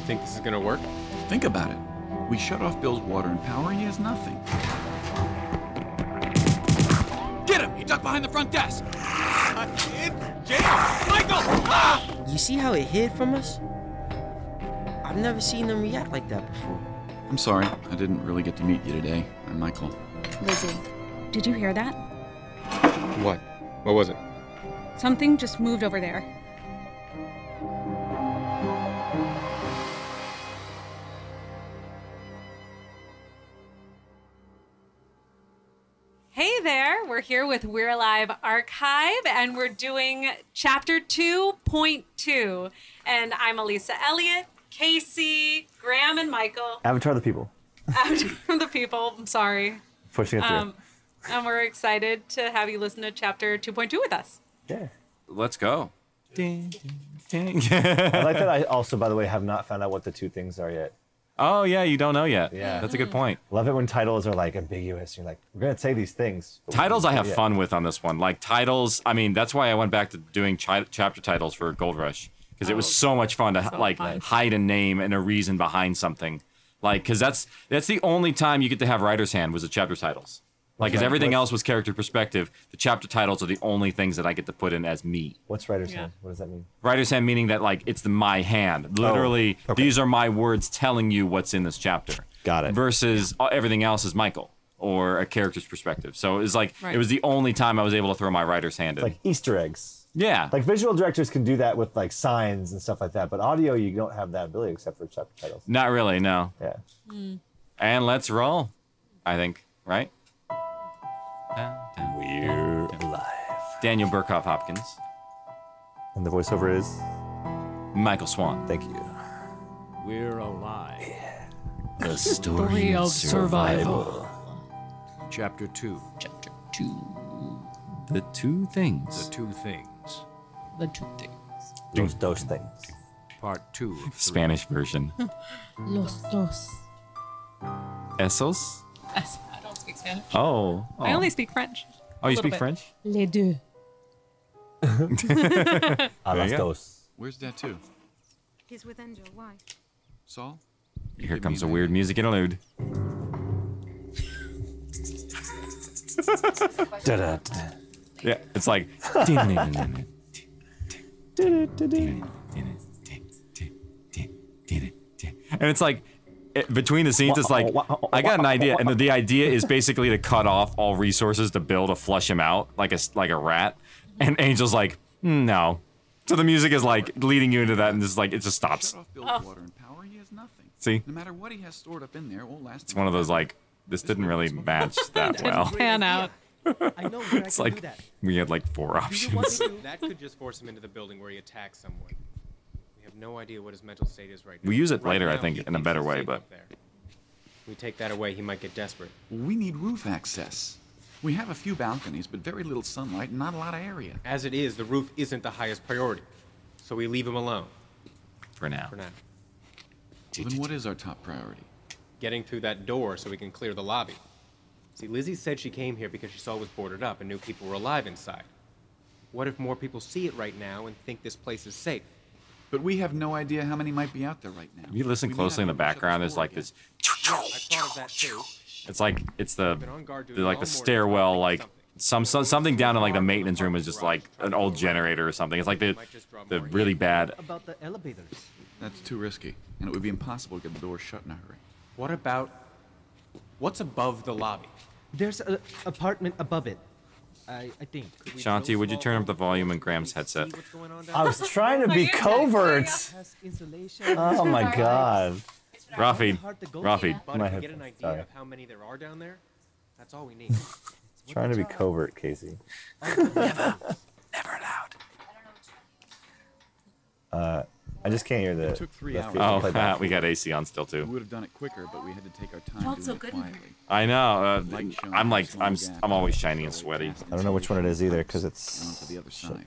think this is gonna work? Think about it. We shut off Bill's water and power, and he has nothing. Get him! He ducked behind the front desk! It's James! Michael! Ah! You see how it hid from us? I've never seen them react like that before. I'm sorry, I didn't really get to meet you today. I'm Michael. Lizzie, did you hear that? What? What was it? Something just moved over there. Hey there, we're here with We're Alive Archive and we're doing chapter 2.2. And I'm Elisa Elliott, Casey, Graham, and Michael. Avatar the people Out from the people, I'm sorry. pushing it through. Um, and we're excited to have you listen to chapter 2.2 with us. yeah. Let's go. I like that. I also, by the way, have not found out what the two things are yet. oh yeah, you don't know yet. Yeah. that's a good point. Love it when titles are like ambiguous. You're like, we're gonna say these things. but we Titles I don't have know yet. fun with on this one. Like titles, I mean that's why I went back to doing chi- chapter titles for Gold Rush because it was so much fun to like fun. hide a name and a reason behind something. Like because that's that's the only time you get to have writer's hand was the chapter titles. Like, because Right. everything What's- else was character perspective, the chapter titles are the only things that I get to put in as me. What's writer's Yeah. hand? What does that mean? Writer's hand meaning that like it's the my hand. Literally, Oh, okay. these are my words telling you what's in this chapter. Got it. Versus uh, everything else is Michael or a character's perspective. So it's like Right. it was the only time I was able to throw my writer's hand in. Like Easter eggs. yeah. Like visual directors can do that with like signs and stuff like that, but audio you don't have that ability except for chapter titles. not really, no. Yeah. And let's roll. I think, right? We're live. Daniel Burkhoff Hopkins, And the voiceover is Michael Swan. thank you. We're alive. The story of survival. Chapter 2 Chapter 2. The two things. The Two Things, The two things. Those, those things. Part 2. of three. Spanish version. Los dos. Esos? I don't speak Spanish. Oh. I only speak French. Oh, you little speak bit. French? Les deux. A las you go. dos. Where's Datu? He's with Angel. Why? Saul? Here Give comes me a that. weird music interlude. Yeah, it's like. and it's like, it, between the scenes, it's like, I got an idea, and the, the idea is basically to cut off all resources to Bill to flush him out like a s- like a rat, and Angel's like, "Mm, no. So the music is like leading you into that, and it's like it just stops. Shut off Bill's water and power, he has nothing. See? No matter what he has stored up in there, it won't last. It's one of those like, this didn't really match that well. Pan out. I know where I It's can like do that. we had like four You want me options. to? That could just force him into the building where he attacks someone. We have no idea what his mental state is right now. We use it Right later, I now, think, he in a thinks better he's way, safe but- up there. We take that away, he might get desperate. We need roof access. We have a few balconies, but very little sunlight and not a lot of area. As it is, the roof isn't the highest priority. So we leave him alone For now. for now. Well, then what is our top priority? Getting through that door so we can clear the lobby. See, Lizzie said she came here because she saw it was boarded up and knew people were alive inside. What if more people see it right now and think this place is safe? But we have no idea how many might be out there right now. If you listen We may closely in the not be able to shut background, this there's like door this. again. I thought of that too. It's like it's the, been on guard the duty like all the morning, stairwell trying to like think some, some something down in like the maintenance room is just like an old generator or something. It's like the the really bad. About the elevators. That's too risky, and it would be impossible to get the door shut in a hurry. What about what's above the lobby? There's an apartment above it. I, I think. Could we Shanti, drill would you small turn up the holes? volume in Can Graham's we headset? see what's going on down I there? was trying to be Are you- covert. Has insulation. Oh my god. Rafi, Hard to go. Rafi, But My if we get an headphones, idea sorry. of how many there are down there, that's all we need. Trying to be covert, Casey. Never allowed. Uh, I just can't hear the. took three the hours. field oh, playback. we got AC on still We too. would have done it quicker, but we had to take our time Felt doing so it good in here. quietly. I know. Uh, Light shone I'm like through a I'm small gap I'm always in the shiny and doorway, sweady. cast I don't know which one it is either, 'cause it's- and onto the other shit. side.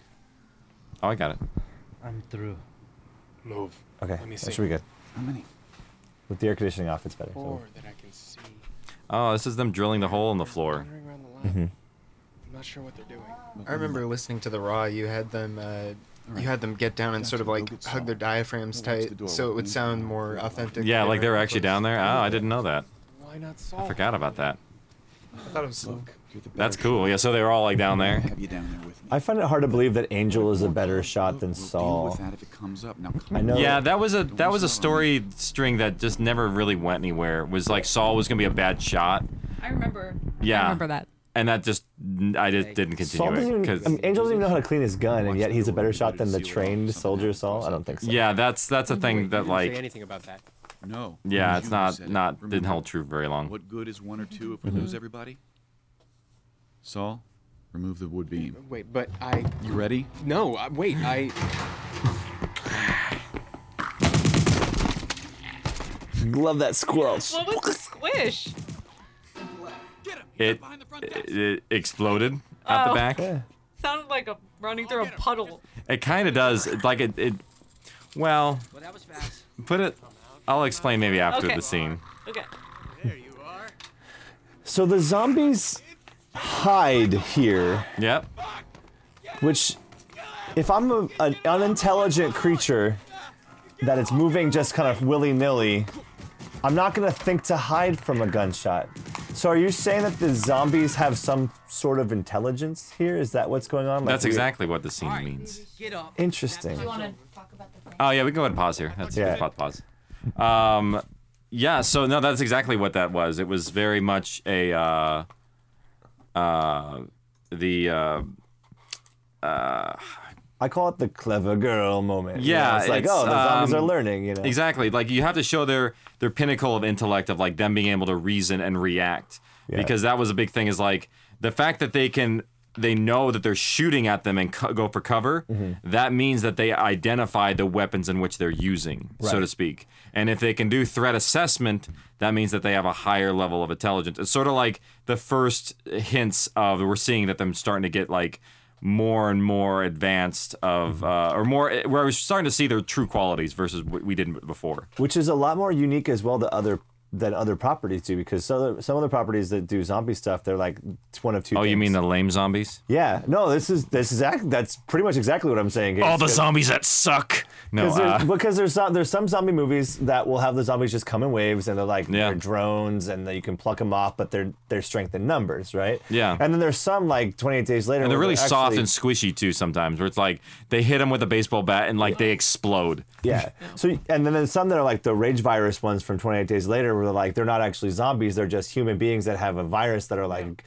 Oh, I got it. I'm through. Love. Okay, Let me that see. should be good. How many? With the air conditioning off, it's better. Four So. that I can see. Oh, this is them drilling the hole in the floor. Wandering around the lab. I'm not sure what they're doing. I remember listening to the raw. You had them uh, you had them get down and sort of Gotcha. Go like get hug some. their diaphragms Go watch the tight, door. so it Mm. would sound more authentic. Yeah, if like they were actually close. down there. Oh, I didn't know that. Why not I solve forgot about that. I thought it was Luke. You're the better That's cool. Yeah, so they were all like down shot. there. I'll Have you down there with me? I find it hard to believe that Angel is a better Look, shot than we'll deal Saul. with that if it comes up. Now, I know- Oh. Yeah, that was a that was a Don't start on story string that just never really went anywhere. It was like Saul was gonna be a bad shot, I remember. Yeah. I remember that. and that just I just didn't Saul continue doesn't it. even, 'cause- I mean, Angel doesn't even know how to clean his gun, Watch and yet the he's a door, better you shot better than the seal it off. trained Something soldier happens, Saul. I something don't think so. yeah, that's that's a thing that say like anything about that. No. yeah, you it's not said it. not didn't Remember, hold true very long. What good is one or two Mm-hmm. if we lose everybody? Saul, remove the wood beam. Wait, but I. You ready? No, I, wait, I. Love that squelch. What was the squish? It, it exploded out Oh. the back. Yeah. Sounded like a running through a puddle. It kind of does. It- Like it, it. Well, Well, that was fast. put it. I'll explain maybe after Okay. the scene. Okay. So the zombies hide here, Yep. which, if I'm a, an unintelligent creature that it's moving just kind of willy nilly, I'm not gonna think to hide from a gunshot. So are you saying that the zombies have some sort of intelligence here? Is that what's going on? Like That's we- exactly what the scene means. Get up. Interesting. Oh yeah, we can go ahead and pause here. That's Yeah. yeah. pause. Um, yeah. So no, that's exactly what that was. It was very much a uh, uh, the uh, I call it the clever girl moment. you know? Yeah, it's like it's, oh, the zombies um, are learning. You know, exactly like you have to show their their pinnacle of intellect of like them being able to reason and react Yeah. because that was a big thing is like the fact that they can they know that they're shooting at them and co- go for cover Mm-hmm. that means that they identify the weapons in which they're using so to Right. speak and if they can do threat assessment that means that they have a higher level of intelligence it's sort of like the first hints of we're seeing that them starting to get like more and more advanced of uh, or more where we're starting to see their true qualities versus what we did before which is a lot more unique as well to other than other properties do because some other, some other properties that do zombie stuff they're like it's one of two. oh you things. mean the lame zombies Yeah, no, this is this is act, that's pretty much exactly what I'm saying. Gabe. all the zombies that suck. No, 'Cause there's- uh, because there's some, there's some zombie movies that will have the zombies just come in waves and they're like Yeah. they're drones and that you can pluck them off, but they're they're strength in numbers, right? Yeah. And then there's some like 28 days later, and they're where really soft actually- and squishy too. Sometimes where it's like they hit them with a baseball bat and like they explode. yeah. So and then there's some that are like the rage virus ones from 28 days later, where they're like they're not actually zombies, they're just human beings that have a virus that are like.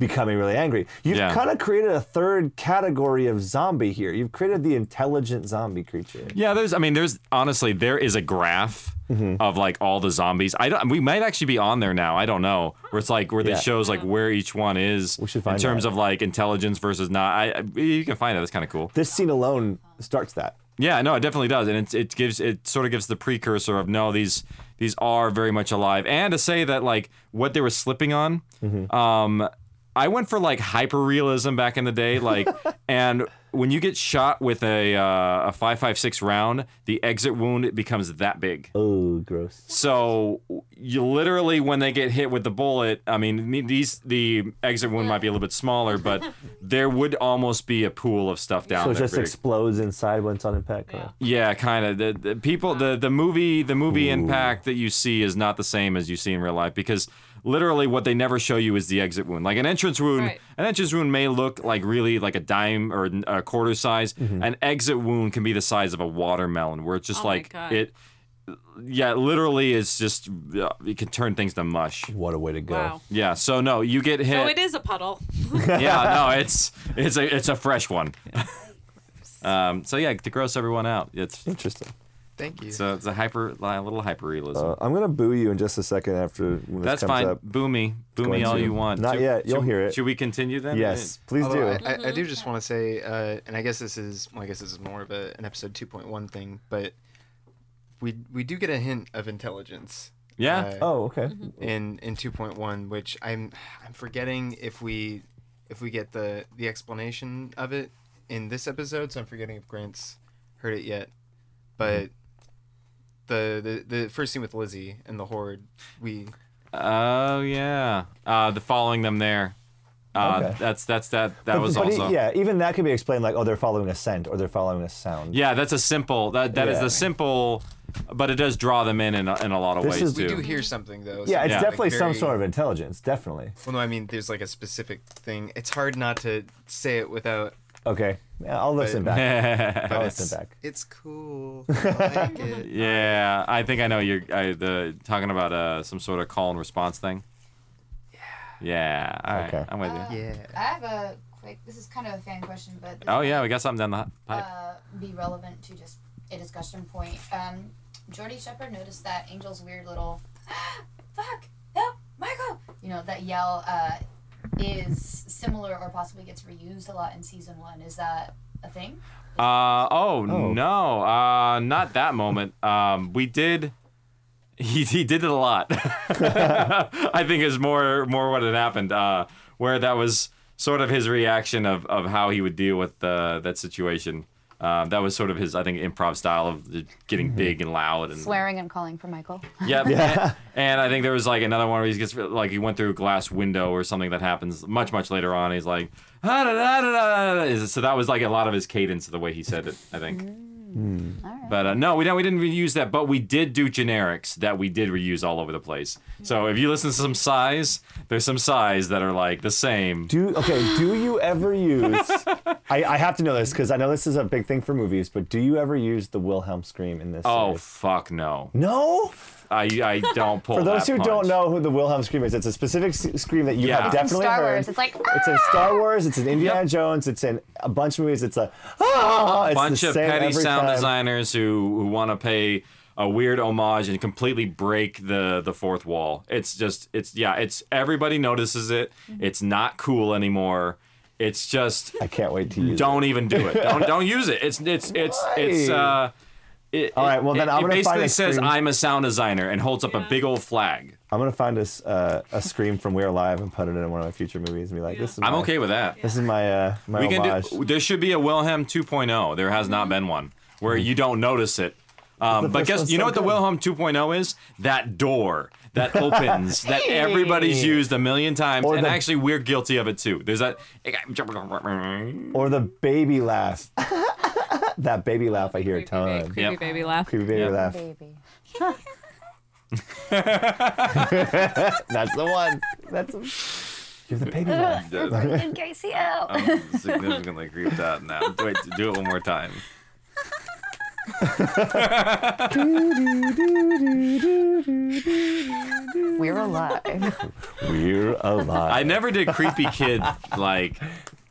Becoming really angry. You've Yeah. kind of created a third category of zombie here. You've created the intelligent zombie creature. Yeah, there's. I mean, there's honestly there is a graph of like all the zombies. I don't. We might actually be on there now. I don't know. Where it's like where they Yeah. shows like where each one is should in find terms that. of like intelligence versus not. I, I you can find that. That's kind of cool. This scene alone starts that. Yeah, no, it definitely does, and it it gives it sort of gives the precursor of no, these these are very much alive, and to say that like what they were slipping on, Mm-hmm. um, I went for like hyper realism back in the day, like, and when you get shot with a uh, a five five six round, the exit wound it becomes that big. Oh, gross. So you literally, when they get hit with the bullet, I mean, me- these the exit wound might be a little bit smaller, but there would almost be a pool of stuff down So it there. just pretty- explodes inside when it's on impact. huh? yeah, kind of. The, the people, the the movie, the movie impact that you see is not the same as you see in real life because literally what they never show you is the exit wound. Like an entrance wound, Right. an entrance wound may look like really like a dime or a quarter size. An exit wound can be the size of a watermelon, where it's just Oh my like God. it. Yeah, it literally, it's just uh, it can turn things to mush. What a way to go. Wow. Yeah, so no, you get hit. So it is a puddle. yeah, no, it's it's a it's a fresh one. um, so yeah, to gross everyone out, it's Interesting. Thank you. it's uh, a, it's a hyper, a little hyper realism. Uh, I'm gonna boo you in just a second after when That's this comes fine. up. Boo me, boo going me all to. you want. Not Should- yet, you'll should- hear it. Should we continue then? Yes, please do. Although I, I, I do just want to say, uh, and I guess this is, well, I guess this is more of a, an episode 2.1 thing, but we we do get a hint of intelligence. Yeah. uh, oh, okay. in in 2.1 which i'm i'm forgetting if we if we get the the explanation of it in this episode so i'm forgetting if grant's heard it yet but the, the the first scene with lizzie and the horde we Oh yeah. Uh, the following them there. Uh, Okay. That's that's that that was but e- also yeah, even that could be explained like, oh, they're following a scent or they're following a sound. Yeah, that's a simple that that is Yeah. the simple, but it does draw them in in a, in a lot of This ways is- too. We do hear something though. Yeah, it's something, like, definitely some very- sort of intelligence, definitely. Well, no, I mean, there's like a specific thing. It's hard not to say it without. Okay, yeah, I'll listen back. But I'll it's, listen back. It's cool. I like it. yeah, I think I know you're I, the talking about uh some sort of call and response thing. Yeah. Yeah. All right. Okay. I'm with you. Yeah. I have a quick. This is kind of a fan question, but this Oh yeah, we got something down the hi- might, pipe. uh, be relevant to just a discussion point. Um, Jordy Shepard noticed that Angel's weird little "fuck help Michael," you know, that yell uh, is similar or possibly gets reused a lot in season one. Is that a thing? Uh oh, Oh. no, uh not that moment. Um we did he, he did it a lot. I think is more more what had happened. Uh where that was sort of his reaction of, of how he would deal with uh, that situation. Uh, that was sort of his I think improv style of the- getting big and loud and Swearing and calling for Michael. Yep. And, and I think there was like another one where he gets like he went through a glass window or something that happens much much later on. He's like "Ah, da, da, da, da, da, da." so that was like a lot of his cadence of the way he said it. I think. Hmm. But uh, no, we don't, we didn't reuse that. But we did do generics that we did reuse all over the place. So if you listen to some sighs, there's some sighs that are like the same. Do okay. Do you ever use? I, I have to know this because I know this is a big thing for movies. But do you ever use the Wilhelm scream in this? Oh series? fuck no! no. I I don't pull. For those that who punch. don't know who the Wilhelm scream is, it's a specific s- scream that you Yeah. have It's in definitely Star heard. Wars, it's like, "Ah, it's in Star Wars. It's in Indiana Jones. It's in a bunch of movies. It's a ah. It's bunch the of same petty every sound time. designers who, who want to pay a weird homage and completely break the the fourth wall. It's just it's yeah, it's everybody notices it. It's not cool anymore. It's just I can't wait to Mm-hmm. use. don't even do it. Don't don't use it. It's it's it's it's Why? uh it, All right, well, then it, I'm it gonna find basically a says screen- I'm a sound designer and holds up a big old flag. It. I'm gonna find a s- uh, a scream from We're Alive and put it in one of my future movies and be like, this is. I'm my- okay with that. This is my uh, my We can homage. do. There should be a Wilhelm 2.0. There has not been one where you don't notice it. Um, but Mm-hmm. first guess one's you know so what the good. Wilhelm 2.0 is? That door that opens that everybody's used a million times, Or and the- actually we're guilty of it too. There's that. Or the baby laugh. that baby laugh I hear a Creepy, ba- ton. creepy Yep. baby laugh. Creepy baby Yep. laugh. Baby. That's the one. That's you're the baby laugh. Casey out. I'm significantly creeped out now. Wait, do it one more time. We're alive. We're alive. I never did creepy kid like.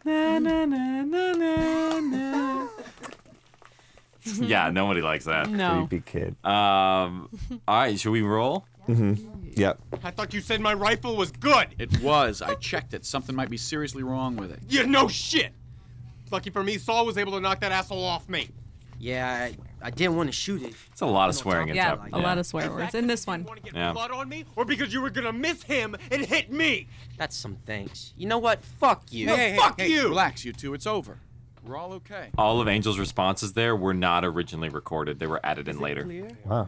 Yeah, nobody likes that. No. Creepy kid. Um, all right, should we roll? yep. I thought you said my rifle was good. It was. I checked it. Something might be seriously wrong with it. You know shit. Lucky for me, Saul was able to knock that asshole off me. Yeah, I, I didn't want to shoot it. It's a lot of swearing. in Yeah, that- a lot of swear words in this one. Want to get Yeah. blood on me, or because you were gonna miss him and hit me? That's some thanks. You know what? Fuck you. fuck you. Relax, you two. It's over. We're all okay. All of Angel's responses there were not originally recorded; they were added in later. Wow.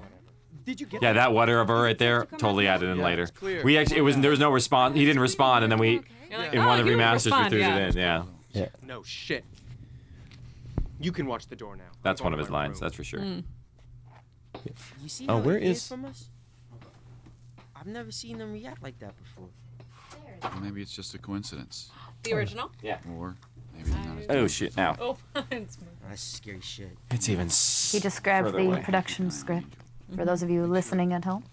Did you get Yeah, that water of her right there, totally added in later. it's clear. We actually, it was there was no response. He didn't respond, and then we, You're like, in "Oh, one of the you didn't remasters, we respond," threw yeah. it in. Yeah, No shit. You can watch the door now. that's I'm one of going his to my lines. room. That's for sure. Mm. You see Oh, how where it is is- from us? I've never seen them react like that before. Maybe it's just a coincidence. The original. Or maybe not. Uh, as- Oh shit! Now Oh, it's me. That's scary shit. it's even. He described Further the away. production script for those of you listening at home.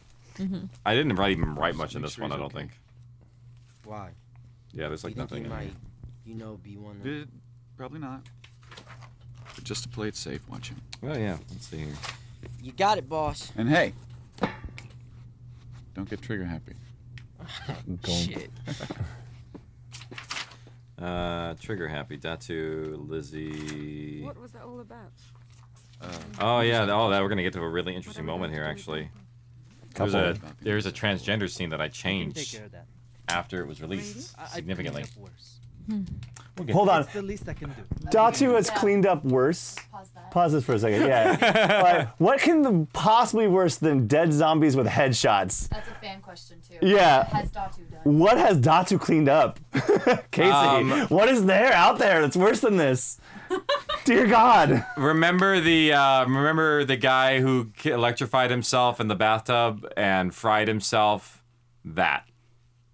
I didn't write even write much in Make this sure one. I he's don't okay. think. Why? Yeah, there's You like think he nothing. in might, there. you know, be one of Eh, Probably not. But just to play it safe, watch him. Oh yeah, let's see here. You got it, boss. And hey, don't get trigger happy. Shit. Uh, trigger happy, Datu, Lizzie. What was that all about? Oh yeah, oh that we're gonna get to a really interesting moment here actually. There's a Couple. there's a transgender scene that I You can take changed care of that. after it was released I- I- significantly. I- worse. Okay. Hold on. It's the least I can do. Datu has cleaned up worse. Pause, this for a second. Yeah. but what can the- possibly worse than dead zombies with headshots? That's a fan question too. Yeah. What Has Datu done? What has Datu cleaned up? Casey, Um, what is there out there that's worse than this? Dear God. Remember the uh, remember the guy who k- electrified himself in the bathtub and fried himself. That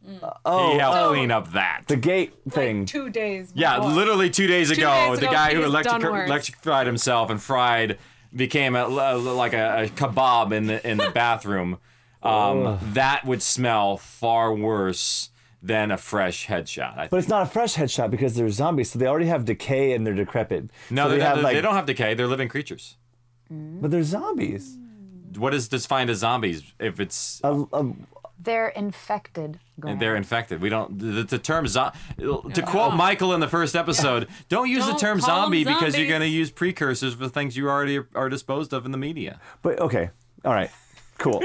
Mm. Oh, he helped oh. clean up that. The gate thing. Two days. Mm. Yeah, before. literally two days Two ago, days the ago, guy who he's electric- done worse. electrified himself and fried became a, a- like a, a kebab in the in the bathroom. Um, Ugh. that would smell far worse than a fresh headshot. I But it's not a fresh headshot because they're zombies, so they already have decay and they're decrepit. No, So they, they they, have, they like- don't have decay. They're living creatures. But they're zombies. What is defined as zombies if it's They're infected. Grant. they're infected? We don't. The, the term zo- to quote Michael in the first episode, don't use Don't the term call 'em zombie because you're zombies. going to use precursors for things you already are disposed of in the media. But okay. All right. Cool.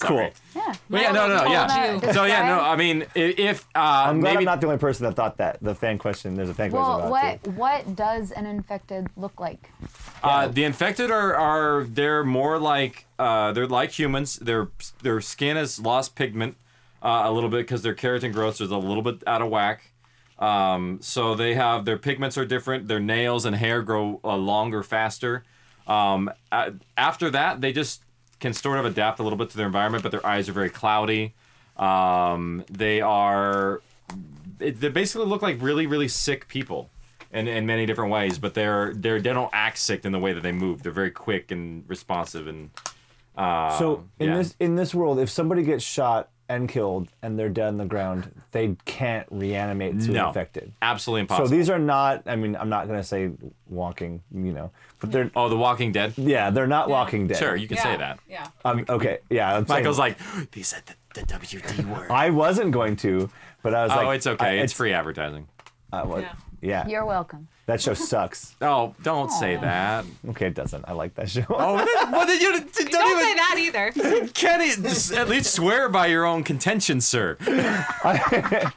cool. Yeah. Well, yeah, no, no, no, yeah. So yeah, no. I mean, i- if uh, I'm glad maybe I'm not the only person that thought that. The fan question. There's a fan question Well, about it. what what does an infected look like? uh, the infected are are they're more like uh, they're like humans. Their their skin has lost pigment uh, a little bit because their keratin growths is a little bit out of whack. Um, so they have their pigments are different. Their nails and hair grow uh, longer, faster. Um, a- after that, they just can sort of adapt a little bit to their environment, but their eyes are very cloudy. Um, they are it, they basically look like really really sick people in, in many different ways but they're they're they don't act sick in the way that they move they're very quick and responsive and uh, So in yeah. this in this world, if somebody gets shot and killed and they're dead on the ground, they can't reanimate to no, infected. absolutely impossible So these are not. I mean, I'm not gonna say walking. You know, but they're. Oh, the Walking Dead. Yeah, they're not Walking Dead. Sure, you can say Yeah, that. yeah. Um, okay. Yeah. I'm Michael's saying, like they said the, the WD word I wasn't going to, but I was oh like. it's okay I- it's, free advertising I was- yeah. You're welcome. That show sucks. oh don't say that Oh, Okay, it doesn't. I like that show. Well, then you don't, don't say that either. Kenny, at least swear by your own contention sir I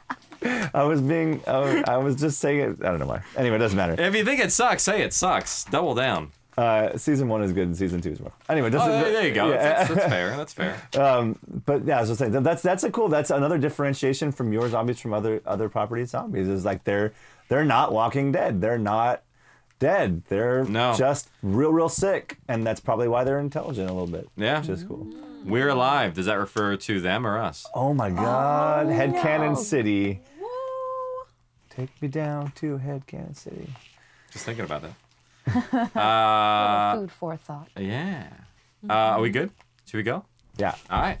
was being. I was, I was just saying it. I don't know why. Anyway, it doesn't matter. if you think it sucks say it sucks double down Uh, season one is good and season two is rough. Anyway, oh, doesn't. there, there you go yeah. that's, that's fair that's fair Um, but yeah, as I was saying, that- that's that's a cool. That's another differentiation from your zombies from other other property zombies is like they're they're not Walking Dead. They're not dead. They're just real real sick, and that's probably why they're intelligent a little bit. Yeah. which is cool. We're alive. Does that refer to them or us? Oh my God, Headcanon no. City. Take me down to Headcanon City. Just thinking about that. Uh, Food for thought. yeah. Uh, are we good? Should we go? Yeah. All right.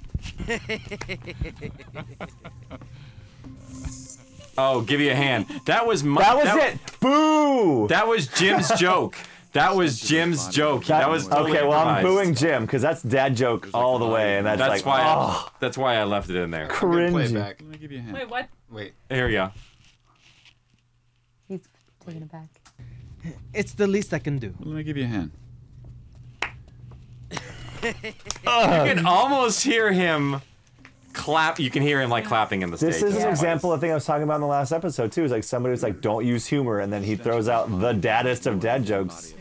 Oh, give you a hand. That was my. That was it. Boo. That was Jim's joke. That was Jim's joke. That, was totally okay. Well, I'm improvised. booing Jim because that's dad joke all the way, and that's, like why. oh, I, that's why I left it in there. cringy. Wait, what? Wait. Here we go. He's taken aback. It's the least I can do. Let me give you a hand. you can almost hear him clap. You can hear him like clapping in the This stage. is an example of the thing I was talking about in the last episode too. Is like somebody was like, "Don't use humor," and then he throws out the daddest of dad jokes.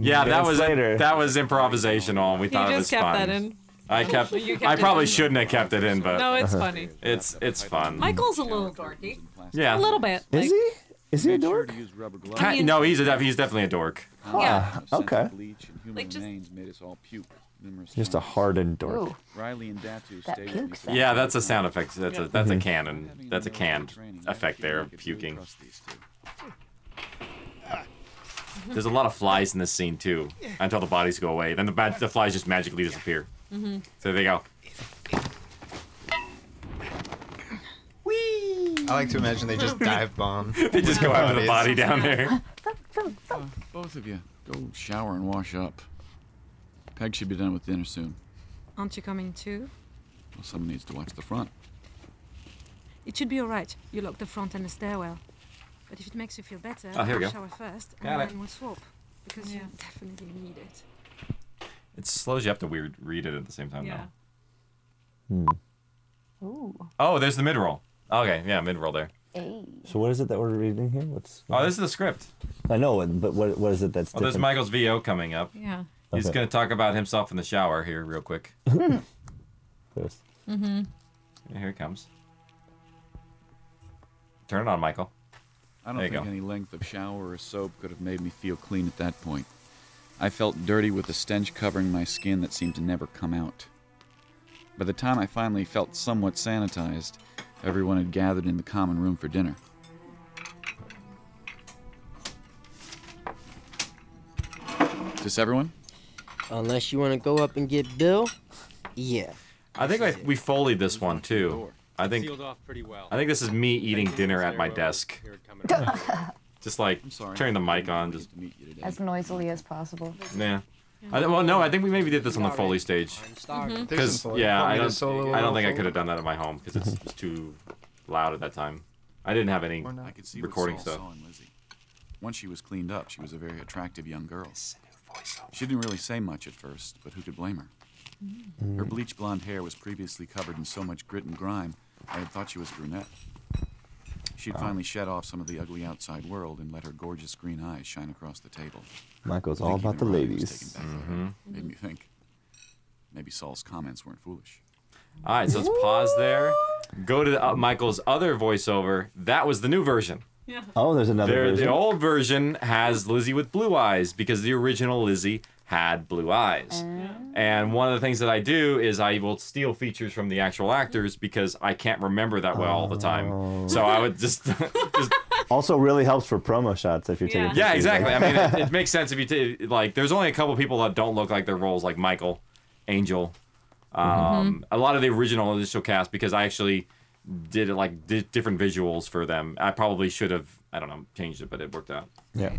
Yeah, that Minutes was later. that was improvisational. and We He thought it just was kept fun. that in. Oh, I kept. You kept I it probably in. shouldn't have kept it in, but No, it's funny. It's it's fun. Michael's a little dorky. Yeah. A little bit. Like, he? Is he a dork? I mean- no, he's a def- he's definitely a dork. Yeah. Ah, okay. Bleach and human Like, just- remains made us all puke. Numerous Just a hardened Oh. dork. Riley and Datu That stayed puke with me. sound. Yeah, that's a sound effect. That's a that's a Mhm. cannon. That's a canned effect there. of Puking. There's a lot of flies in this scene too. Until the bodies go away, then the bad, the flies just magically disappear. Mm-hmm. So there they go. I like to imagine they just dive bomb. They just go after the body down there. Both of you, go shower and wash up. Peg should be done with dinner soon. Aren't you coming too? Well, someone needs to watch the front. It should be all right. You lock the front and the stairwell. But if it makes you feel better, Oh, here we go. shower first, Got and it. then we'll swap. Because you definitely need it. It slows you up to weird read it at the same time. Yeah. though. Ooh. Oh, there's the mid roll. Okay, yeah, mid roll there. So what is it that we're reading here? What's Oh, this is the script. I know, but what what is it that's Oh, there's different? Michael's VO coming up. Yeah. He's Okay. gonna talk about himself in the shower here, real quick. There's- Mm-hmm. Here it comes. Turn it on, Michael. I don't There you think go. any length of shower or soap could have made me feel clean at that point. I felt dirty with a stench covering my skin that seemed to never come out. By the time I finally felt somewhat sanitized, everyone had gathered in the common room for dinner. Is this everyone? Unless you want to go up and get Bill. Yeah. I think I, we foleyed this one too. I think Sealed off pretty well. I think this is me eating dinner at my desk. Just like turning the mic on. Just as noisily as possible. yeah. I, th- well, no, I think we maybe did this on the Foley stage. starving. Mm-hmm. Mhm. There's Because some Foley. yeah, Want I me to don't, solo I a don't think I Foley? could have done that at my home because it's, it's too loud at that time. I didn't have any Or not. I could see what recording Saul stuff. saw in Lizzie. Once she was cleaned up, she was a very attractive young girl. She didn't really say much at first, but who could blame her? Mm-hmm. Her bleached blonde hair was previously covered in so much grit and grime, I had thought she was a brunette. She'd Wow. finally shed off some of the ugly outside world and let her gorgeous green eyes shine across the table. Michael's all Thinking about the Riley was ladies. taken back there Made me think. Maybe Saul's comments weren't foolish. All right, so let's pause there. Go to uh, Michael's other voiceover. That was the new version. Oh, there's another There- version. The old version has Lizzie with blue eyes because the original Lizzie had blue eyes. Oh. And one of the things that I do is I will steal features from the actual actors because I can't remember that well all the time. So I would just also really helps for promo shots if you're taking. Yeah, pictures, exactly. I right? mean, it, it makes sense if you t- like. There's only a couple people that don't look like their roles, like Michael, Angel, um, a lot of the original initial cast. Because I actually did like di- different visuals for them. I probably should have, I don't know, changed it, but it worked out. yeah.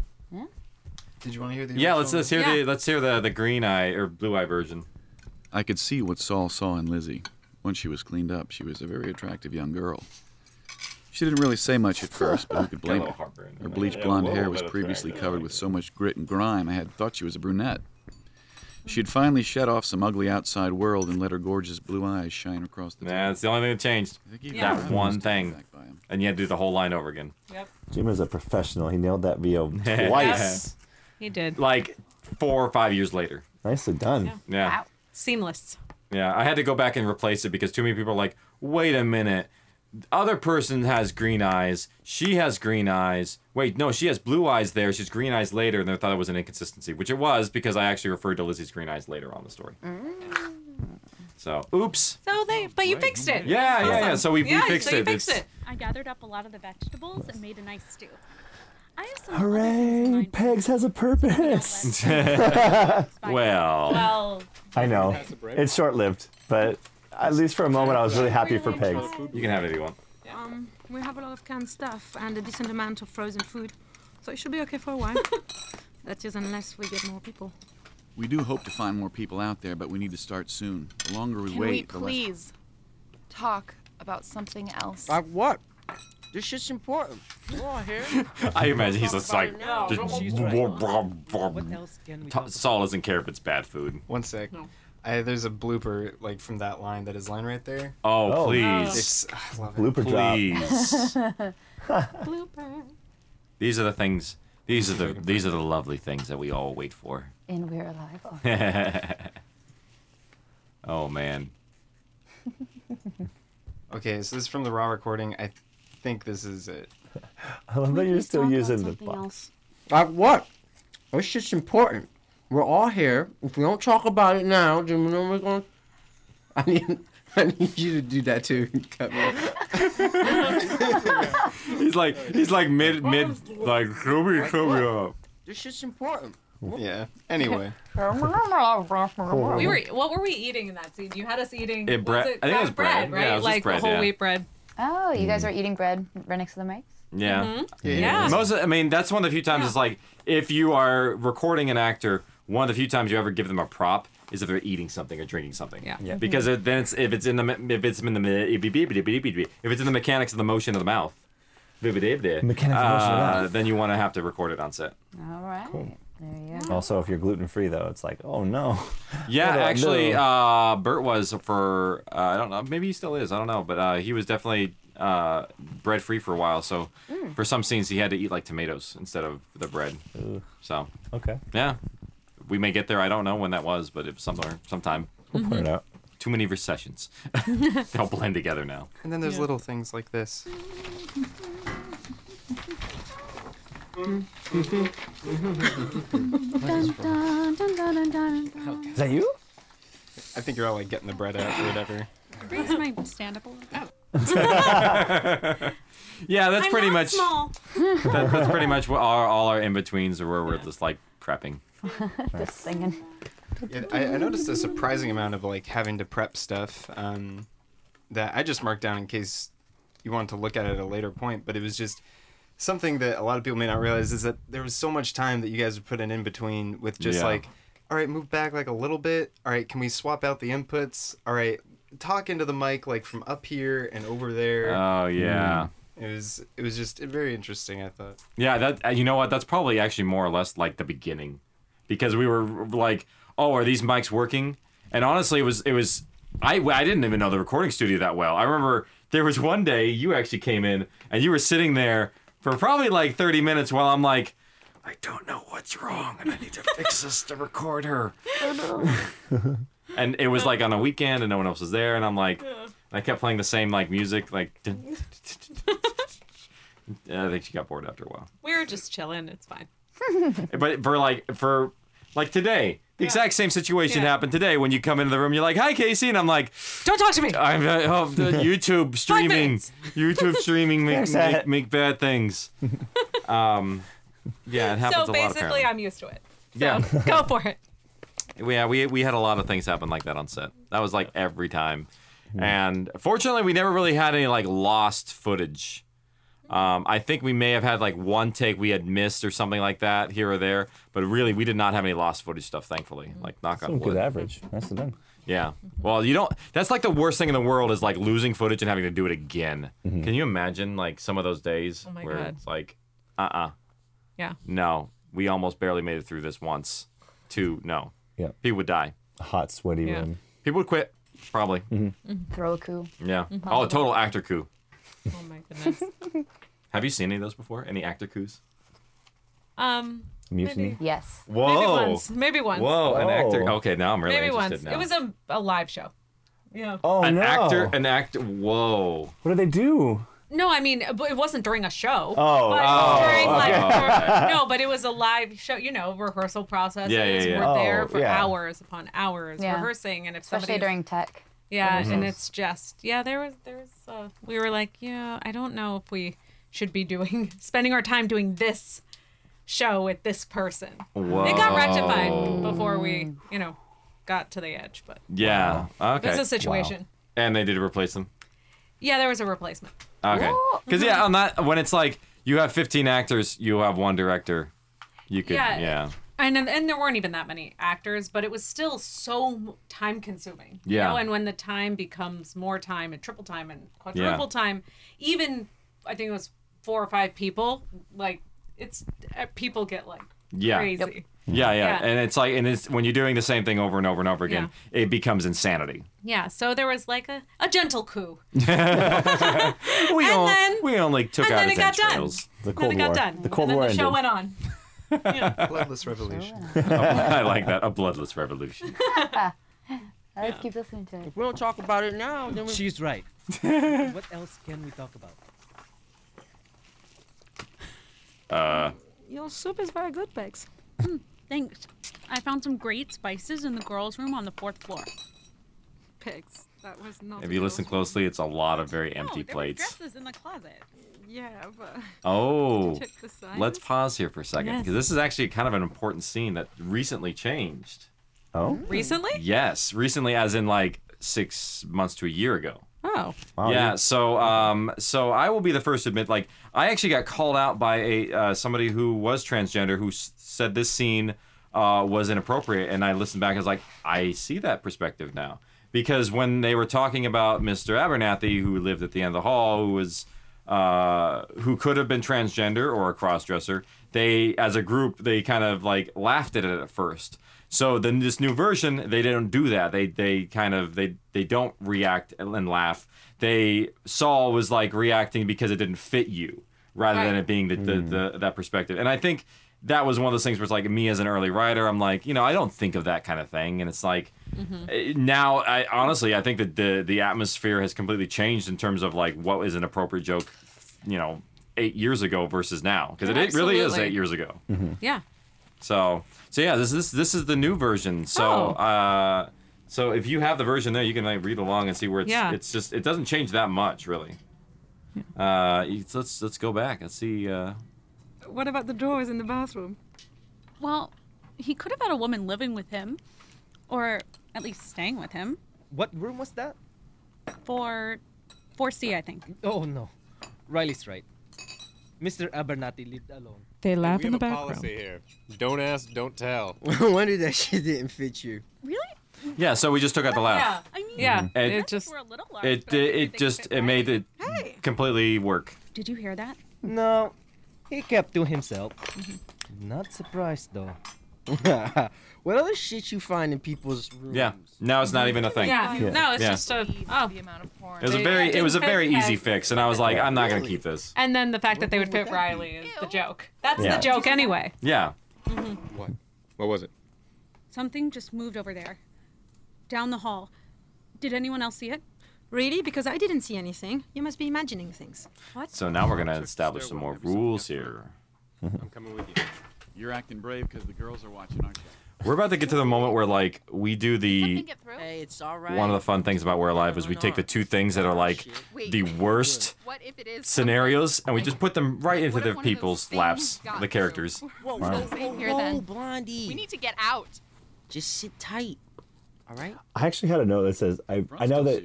Did you want to hear the? yeah, let's let's hear original? the let's hear the the green eye or blue eye version. I could see what Saul saw in Lizzie. Once she was cleaned up, she was a very attractive young girl. She didn't really say much at first, but who could Got a blame little her? heartburn. Her bleached Yeah, blonde whoa, hair was that's previously right. covered with so much grit and grime, I had thought she was a brunette. She had finally shed off some ugly outside world and let her gorgeous blue eyes shine across the Yeah, that's the only thing that changed. you That got one thing, and you had to do the whole line over again. Jim is a professional. He nailed that VO Oh, twice. He did. Like four or five years later. Nicely done. Yeah. Wow. Seamless. Yeah, I had to go back and replace it because too many people are like, wait a minute. the Other person has green eyes. She has green eyes. Wait, no, she has blue eyes there. She's green eyes later. And they thought it was an inconsistency, which it was because I actually referred to Lizzie's green eyes later on in the story. Mm. So, oops. So they, but you fixed it. Yeah, yeah, yeah. Awesome. So we, we Yeah, fixed so you it. fixed It's- it. I gathered up a lot of the vegetables and made a nice stew. I have some Hooray! Pegs has a purpose. well, Well. I know it's short-lived, but at least for a moment, I was really happy for Pegs. You can have it if you want. Um, we have a lot of canned stuff and a decent amount of frozen food, so it should be okay for a while. that is, unless we get more people. We do hope to find more people out there, but we need to start soon. The longer we Can wait, we the less please talk about something else? Like what? This shit's important. Come on here. I imagine he's just like, No, just she's What else can we Ta- Saul doesn't care if it's bad food. One sec. I, there's a blooper like from that line that is line right there. Oh, Oh. please. It's- I love it. Blooper drop. Please. Blooper. These are the things. These are the these are the lovely things that we all wait for. And we're alive. Oh. oh man. Okay, so this is from the raw recording. I think this is it. I love that you're still using the box. Like what? This shit's important. We're all here. If we don't talk about it now, then we know we're gonna. I need. I need you to do that too. Cut me. He's like he's like mid mid like show me show me up. This shit's important. Yeah. Anyway. We were. What were we eating in that scene? You had us eating. It bre- was I think it was bread. right? Yeah, it was just like bread, whole yeah. wheat bread. Oh, you guys are eating bread right next to the mics. Yeah. Mhm. Yeah, yeah. Yeah. Most of, I mean that's one of the few times it's like if you are recording an actor, one of the few times you ever give them a prop is if they're eating something or drinking something. Yeah. Yeah. Because it, then it's if it's in the me- if it's in the me- if it's in the mechanics of the motion of the mouth. Mechanics Mechanics of of the motion of the mouth. Then you want to have to record it on set. All right. There you go. Also, if you're gluten-free, though, it's like, oh no. Yeah, Oh, no. actually, uh, Bert was for uh, I don't know, maybe he still is, I don't know, but uh, he was definitely uh, bread free for a while, so Mm. for some scenes he had to eat like tomatoes instead of the bread. So Okay. yeah, we may get there. I don't know when that was, but it was somewhere, sometime. We'll Mm-hmm. point it out. Too many recessions. They'll blend together now. And then there's Yeah. little things like this. Dun, dun, dun, dun, dun, dun. Is that you? I think you're all like getting the bread out or whatever. Raise my stand up a little bit. Yeah, that's I'm pretty not much. small. that- that's pretty much what our, all our in betweens are where we're just like prepping. Just singing. Yeah, I, I noticed a surprising amount of like having to prep stuff um, that I just marked down in case you wanted to look at it at a later point. But it was just something that a lot of people may not realize is that there was so much time that you guys would put in in between with just Yeah. like, all right, move back like a little bit. All right, can we swap out the inputs? All right, talk into the mic like from up here and over there. Oh, yeah. It was it was just very interesting. I thought. Yeah, that uh, you know what? That's probably actually more or less like the beginning, because we were like, "Oh, are these mics working?" And honestly, it was it was I I didn't even know the recording studio that well. I remember there was one day you actually came in and you were sitting there for probably like thirty minutes while I'm like, "I don't know what's wrong and I need to fix this to record her." and it was like on a weekend and no one else was there, and I'm like, I kept playing the same like music like. I think she got bored after a while. We were just chilling. It's fine. But for like for like today, the exact same situation happened today. When you come into the room, you're like, "Hi, Casey," and I'm like, "Don't talk to me." I'm uh, oh, the YouTube streaming, YouTube streaming make, There's make that. make bad things. Um, yeah, it happens so a lot. basically, apparently. I'm used to it. yeah, Go for it. yeah, we we had a lot of things happen like that on set. That was like every time, and fortunately, we never really had any like lost footage. Um, I think we may have had like one take we had missed or something like that here or there, but really, we did not have any lost footage stuff. Thankfully, like knock That's a on wood. good average. That's the thing. Yeah. Well, you don't. That's like the worst thing in the world is like losing footage and having to do it again. Can you imagine like some of those days Oh my where God. it's like, uh, uh Yeah. no, we almost barely made it through this once. Two, no. Yeah. People would die. Hot, sweaty Yeah. room. People would quit. Probably. Throw a coup. Yeah. Mhm. Mm-hmm. Oh, total actor coup. Oh my goodness. Have you seen any of those before? Any actor coups? Um. Mutiny? Maybe. Yes. Whoa. Maybe once. Maybe once. Whoa, an actor. Okay, now I'm really Maybe interested once. now. It was a, a live show. Yeah. an actor, an actor. Whoa. Oh, What do they do? No, I mean, but it wasn't during a show. Oh. But Oh, during like okay. dur- no, but it was a live show. You know, rehearsal process. Yeah, and yeah, it's- yeah. We're there Oh, for yeah. hours upon hours Yeah. rehearsing, and if Especially somebody during tech. yeah, Mhm. and it's just yeah, there was there was uh, we were like yeah, I don't know if we should be doing spending our time doing this show with this person. It got rectified Whoa. before we you know got to the edge, but Yeah. Okay. It was a situation. And they did replace them. yeah, there was a replacement. Okay. Because yeah, on that when it's like you have 15 actors, you have one director. You could Yeah. yeah. And and there weren't even that many actors, but it was still so time consuming. Yeah. You know, and when the time becomes more time and triple time and quadruple time, even I think it was four or five people, like it's uh, people get like Yeah. crazy. Yeah, yeah, Yeah. and it's like, and it's when you're doing the same thing over and over and over again, it becomes insanity. Yeah, so there was like a, a gentle coup. We And on- then- we only took and out then its it got done. entrails. The then it got done. and then the show went on. Bloodless revolution. I like that. A bloodless revolution. Let's keep listening to it. We don't talk about it now. Then we... She's right. what else can we talk about? Uh, Your soup is very good, Bex. Hmm, Thanks. I found some great spices in the girls' room on the fourth floor. Pigs. That was not. if you listen closely, it's a lot of Oh, very empty plates. Oh, dresses in the closet. Yeah, but. Oh, Check the signs. let's pause here for a second Yes. because this is actually kind of an important scene that recently changed. Oh, Recently? Yes, recently, as in like six months to a year ago. Oh. yeah. So, um, so I will be the first to admit, like, I actually got called out by a uh, somebody who was transgender who s- said this scene uh, was inappropriate, and I listened back. and was like, I see that perspective now because when they were talking about Mr. Abernathy, who lived at the end of the hall, who was uh, who could have been transgender or a crossdresser, they, as a group, they kind of like laughed at it at first. So then this new version, they didn't do that. They they kind of they they don't react and laugh. They Saul was like reacting because it didn't fit you, rather than Right. it being the, the, Hmm. the that perspective. And I think that was one of those things where it's like me as an early writer, I'm like, you know, I don't think of that kind of thing, and it's like Mm-hmm. eh, now I honestly I think that the the atmosphere has completely changed in terms of like what is an appropriate joke, you know, eight years ago versus now because it, it really is Absolutely. eight years ago. Yeah. So so yeah, this is this is the new version. So Oh. uh, so if you have the version there, you can like read along and see where it's Yeah. it's just it doesn't change that much really. Uh, it's- let's let's go back. Let's see. Uh, What about the doors in the bathroom? Well, he could have had a woman living with him, or at least staying with him. What room was that? For, 4C, I think. Oh no, Riley's right. Mr. Abernathy lived alone. They laugh in the have a background. policy here. Don't ask, don't tell. No wonder that shit didn't fit you. Really? yeah. So we just took out the laugh. Yeah. I mean, yeah. Mm-hmm. It, It just just were a little large, it but I it, think just it made it completely work. Did you hear that? No, he kept to himself. Mm-hmm. Not surprised though. what other shit you find in people's rooms? Yeah. Now it's not even a thing. Yeah. No, it's Yeah. just a oh. The amount of It was a very it was a very easy fix, and I was like, I'm not gonna keep this. And then the fact that they would fit Riley is the joke. That's Yeah. the joke anyway. Yeah. hmm What? What was it? Something just moved over there, down the hall. Did anyone else see it? Really? Because I didn't see anything. You must be imagining things. What? So now we're gonna establish some more rules here. I'm coming with you. You're acting brave because the girls are watching, aren't you? We're about to get to the moment where like we do the Hey, it's all right. one of the fun things about We're Alive is we take the two things that are like Wait. the worst What if it is scenarios and we just put them right into the people's laps, got the characters. Whoa, Wow. whoa, whoa, here then. whoa, Blondie. We need to get out. Just sit tight. All right. I actually had a note that says I, I know that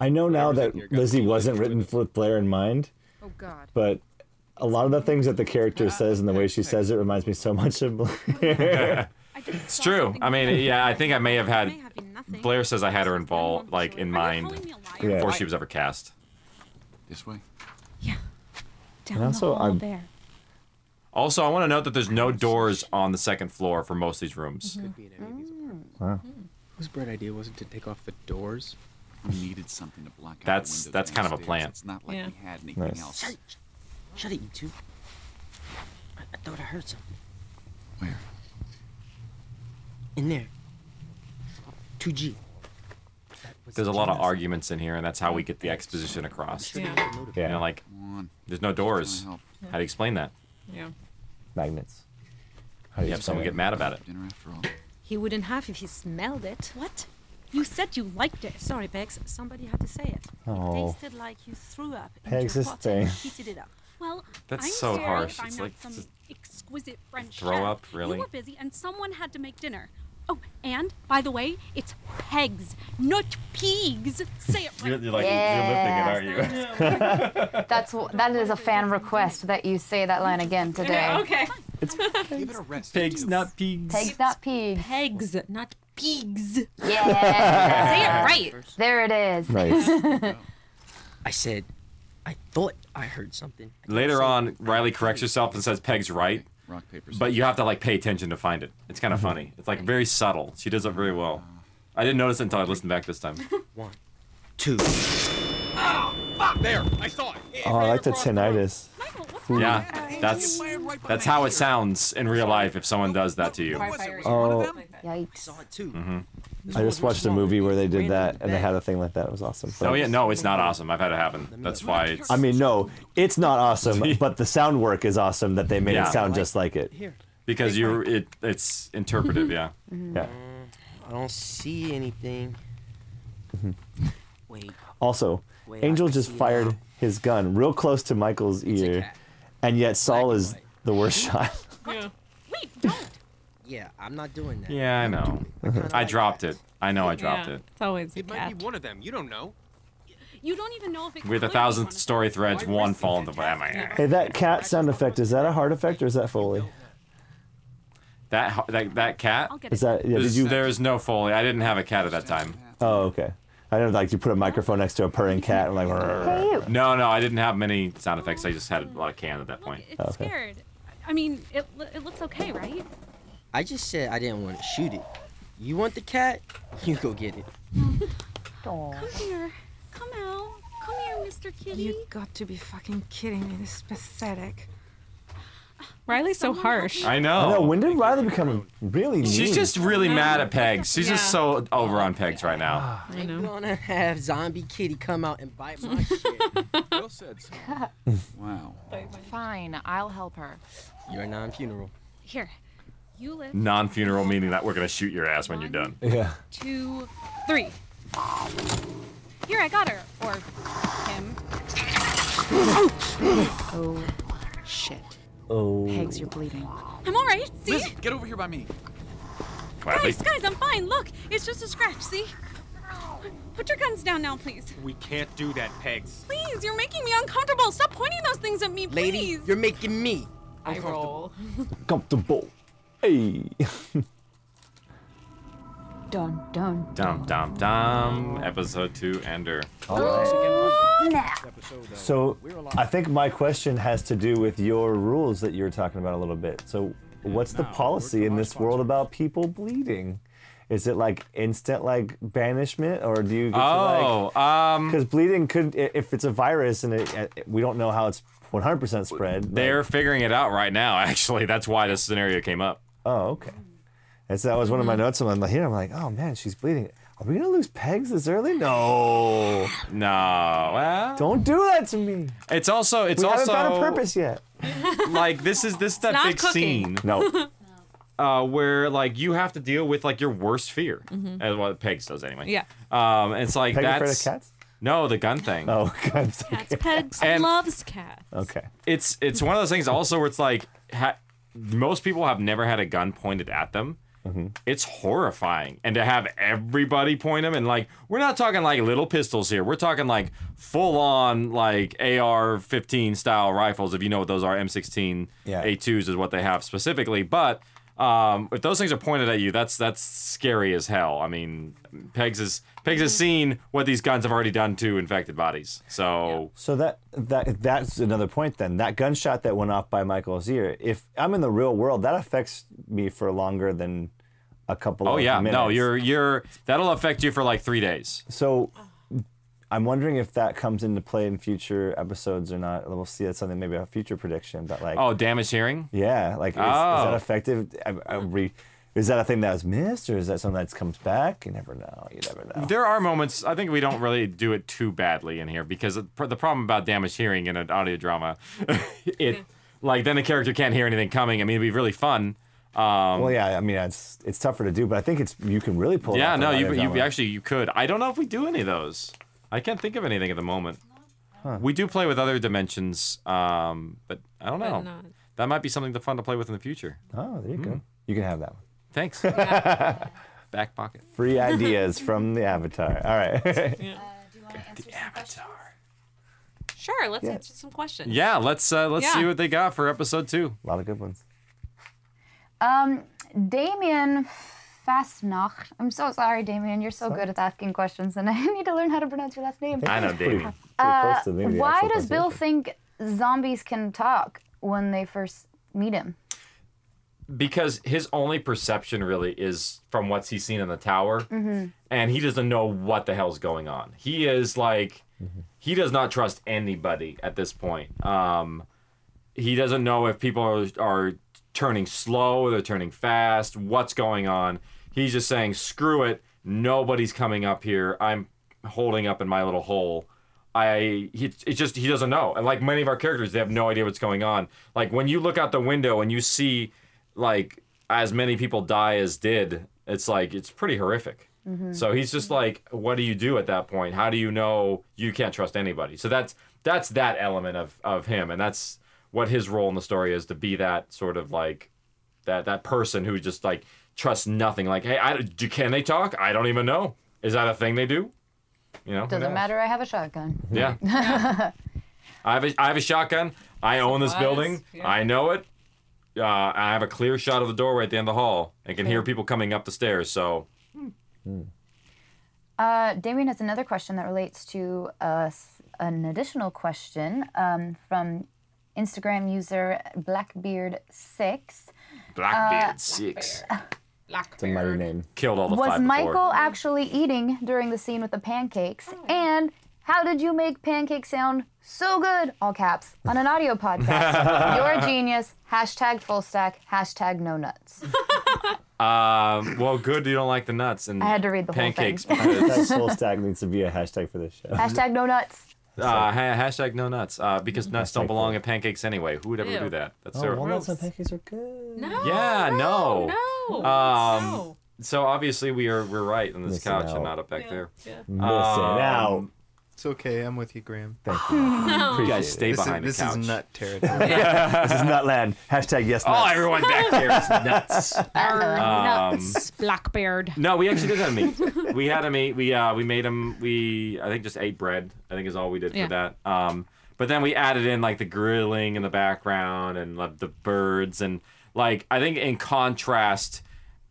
I know now that Lizzie wasn't written with Blair in mind. Oh God. But a lot of the things that the character says and the way she says it reminds me so much of Blair. It's true. I mean, yeah, I think I may have had Blair says I had her involved like in mind Yeah. before she was ever cast. This way. Down And also, the hall I'm- there. Also, I want to note that there's no doors on the second floor for most of these rooms. Could be in any of these apartments. Wow. Whose bright idea was it to take off the doors? We needed something to block out That's the window that's kind of a downstairs. plan. It's not like Yeah. we had anything Nice. else. Shut it. Shut it, you two. I, I thought I heard something. Where? In there. 2G. There's a lot of arguments in here, and that's how we get the exposition across. Yeah. You know, like, there's no doors. help. How do you explain that? Yeah. Magnets. You have someone get mad about it. He wouldn't have if he smelled it. What? You said you liked it. Sorry, Pegs. Somebody had to say it. Oh. It tasted like you threw up. Pegs into a is pot saying- and heated it up. Well, That's I'm so sorry harsh. If I'm It's not like some just exquisite French throw chef. up, really. You were busy, and someone had to make dinner. Oh, and by the way, it's pegs, not pigs. Say it right. You're, you're Yeah. you're lifting it, aren't you? That's wh- that is a fan request that you say that line again today. Okay. It's Give it a rest. Pigs, not pigs. Pegs, not pegs. Pegs, not pigs. Yeah. Say it right. There it is. Nice. I said, I thought I heard something. Later on, Riley corrects herself and says Peg's right. Rock, paper, But you have to like pay attention to find it. It's kind of funny. It's like very subtle. She does it very well. I didn't notice it until I listened back this time. One. Two. Fuck! There! I saw it! Oh, I like the tinnitus. Yeah, that's that's how it sounds in real life if someone does that to you. Oh, I Yikes. saw it too. hmm I just watched a movie where they did that and they had a thing like that. It was awesome. Oh yeah, no, it's not awesome. I've had it happen. That's why it's. I mean, no, it's not awesome, but the sound work is awesome that they made Yeah. it sound just like it. Because you're it it's interpretive, yeah. Yeah. I don't see anything. Mm-hmm. Wait. Also, Wait, I Angel can just see it fired his gun real close to Michael's ear, and yet Saul is the worst shot. Yeah. Wait, don't. Yeah, I'm not doing that. Yeah, I know. Uh-huh. I dropped it. I know I dropped it. It's always It might be one of them. You don't know. You don't even know if it. With a thousandth story threads, one fall into my Hey, that cat sound effect is that a heart effect or is that Foley? That ho- that that cat. Is that- yeah, did There's- you- There is no foley. I didn't have a cat at that time. Oh, okay. I know, like you put a microphone next to a purring cat and like. "Rrrr." No, no, I didn't have many sound effects. I just had a lot of cans at that point. It's scared. I mean, it, lo- it looks okay, right? I just said I didn't want to shoot it. You want the cat? You go get it. Come here. Come out. Come here, Mr. Kitty. You got to be fucking kidding me. This is pathetic. Riley's so harsh. I I know. know. When did Riley become really mean? Oh, She's just really mad at Pegs. She's just so over on Pegs right now. I am gonna have zombie kitty come out and bite my shit. Bill said so. Wow. Fine, I'll help her. You're non-funeral. Here, you live. Non-funeral meaning that we're gonna shoot your ass when you're done. Yeah. Two, three. Here, I got her. Or him. oh, shit. Oh. Pegs, you're bleeding. I'm all right. See? Lizzie, get over here by me. Guys, guys, I'm fine. Look, it's just a scratch. See? Put your guns down now, please. We can't do that, Pegs. Please, you're making me uncomfortable. Stop pointing those things at me, please. Lady, you're making me. I roll. Comfortable. Hey. Dun dun. Dum dum dum. Episode two ender. So I think my question has to do with your rules that you were talking about a little bit. So what's the policy in this world about people bleeding? Is it like instant like banishment, or do you get Oh, to like? um, because bleeding could, i- if it's a virus and it, it- we don't know how it's 100% spread. like- They're figuring it out right now. Actually, that's why this scenario came up. oh, okay. And so that was one of my notes. And I'm like, here, I'm like, oh man, she's bleeding. Are we gonna lose pegs this early? No. No. Well, Don't do that to me. it's also it's we also haven't found a purpose yet. like this is this is that not big cooking. scene. No. Uh, where like you have to deal with like your worst fear, Mhm. as what Pegs does anyway. Yeah. Um, and it's like Peg afraid of that's cats? no the gun thing. Oh, guns. Cats. Pegs And- Oh. loves cats. Okay. It's it's one of those things also where it's like ha- most people have never had a gun pointed at them. It's horrifying, and to have everybody point them and like we're not talking like little pistols here. We're talking like full on like AR-15 style rifles. If you know what those are, M16 Yeah. A2s is what they have specifically. But um, if those things are pointed at you, that's that's scary as hell. I mean, Pegs is Pegs has seen what these guns have already done to infected bodies. So So that that that's another point then. That gunshot that went off by Michael's ear, if I'm in the real world, that affects me for longer than a couple Oh of yeah, minutes. no, you're you're that'll affect you for like three days. So I'm wondering if that comes into play in future episodes or not. We'll see that's something maybe a future prediction, but like Oh, damage hearing. Yeah, like is, is that Oh. effective? I, I re, is that a thing that was missed or is that something that comes back? You never know. You never know. There are moments. I think we don't really do it too badly in here because the pr- the problem about damage hearing in an audio drama, it like then the character can't hear anything coming. I mean, it'd be really fun. Um, well, yeah, I mean it's it's tougher to do, but I think it's you can really pull. it yeah, off no, in you audio you drama. actually you could. I don't know if we do any of those. I can't think of anything at the moment. We do play with other dimensions, um, but I don't But know. not- That might be something to- fun to play with in the future. Oh, there you Hmm. go. You can have that one. Thanks. Back pocket. Free ideas from the avatar. All right. Sure, let's answer some questions. Yeah, let's uh, let's see Yeah. what they got for episode two. A lot of good ones. Um, Damien Fastnacht. I'm so sorry, Damien. You're so good at asking questions, and I need to learn how to pronounce your last name. I know, Damien. Pretty Uh, close to maybe the why actual does Bill think zombies can talk when they first meet him? Because his only perception really is from what's he's seen in the tower, Mhm. and he doesn't know what the hell's going on. He is like, he does not trust anybody at this point. Um, he doesn't know if people are, are turning slow, they're turning fast, what's going on. He's just saying, screw it, nobody's coming up here. I'm holding up in my little hole. I he, it's just he doesn't know. And like many of our characters, they have no idea what's going on. Like when you look out the window and you see like as many people die as did, it's like it's pretty horrific. Mhm. So he's just like, what do you do at that point? How do you know you can't trust anybody? So that's that's that element of of him, and that's what his role in the story is to be that sort of like that that person who just like trusts nothing. Like, hey, I, do, can they talk? I don't even know. Is that a thing they do? You know, who knows? Doesn't matter. I have a shotgun. Yeah. I have a, I have a shotgun. I own this building. yeah. I know it. Uh, I have a clear shot of the doorway at the end of the hall and can hear people coming up the stairs. So Uh, Damien has another question that relates to uh, s- an additional question um, from Instagram user Blackbeard6. Blackbeard Uh, six. Black. It's a mighty name. Killed all the Was five before. Michael actually eating during the scene with the pancakes? And how did you make pancakes sound so good, all caps, on an audio podcast? You're a genius. Hashtag full stack. Hashtag no nuts. Um, well, good. You don't like the nuts and I had to read the whole thing. pancakes. Hashtag because- soul stack needs to be a hashtag for this show. Hashtag no nuts. Uh, ha- hashtag no nuts. Uh, Mm-hmm. because nuts don't belong in pancakes anyway. Who would ever Ew. do that? That's oh, their- walnuts and pancakes are good. No. Yeah, no. No. Um, So obviously we are we're right on this couch and not up back there. Missing Um, It's okay. I'm with you, Graham. Thank you. You Appreciate guys it. stay this is- behind the this couch. is nut territory. this is not land. Hashtag yes. Oh, nuts. everyone back there is nuts. Um, nuts, Blackbeard. No, we actually did have meat. we had a meat. We uh, we made them. We I think just ate bread. I think is all we did Yeah. for that. Um, but then we added in like the grilling in the background and like, the birds and like I think in contrast,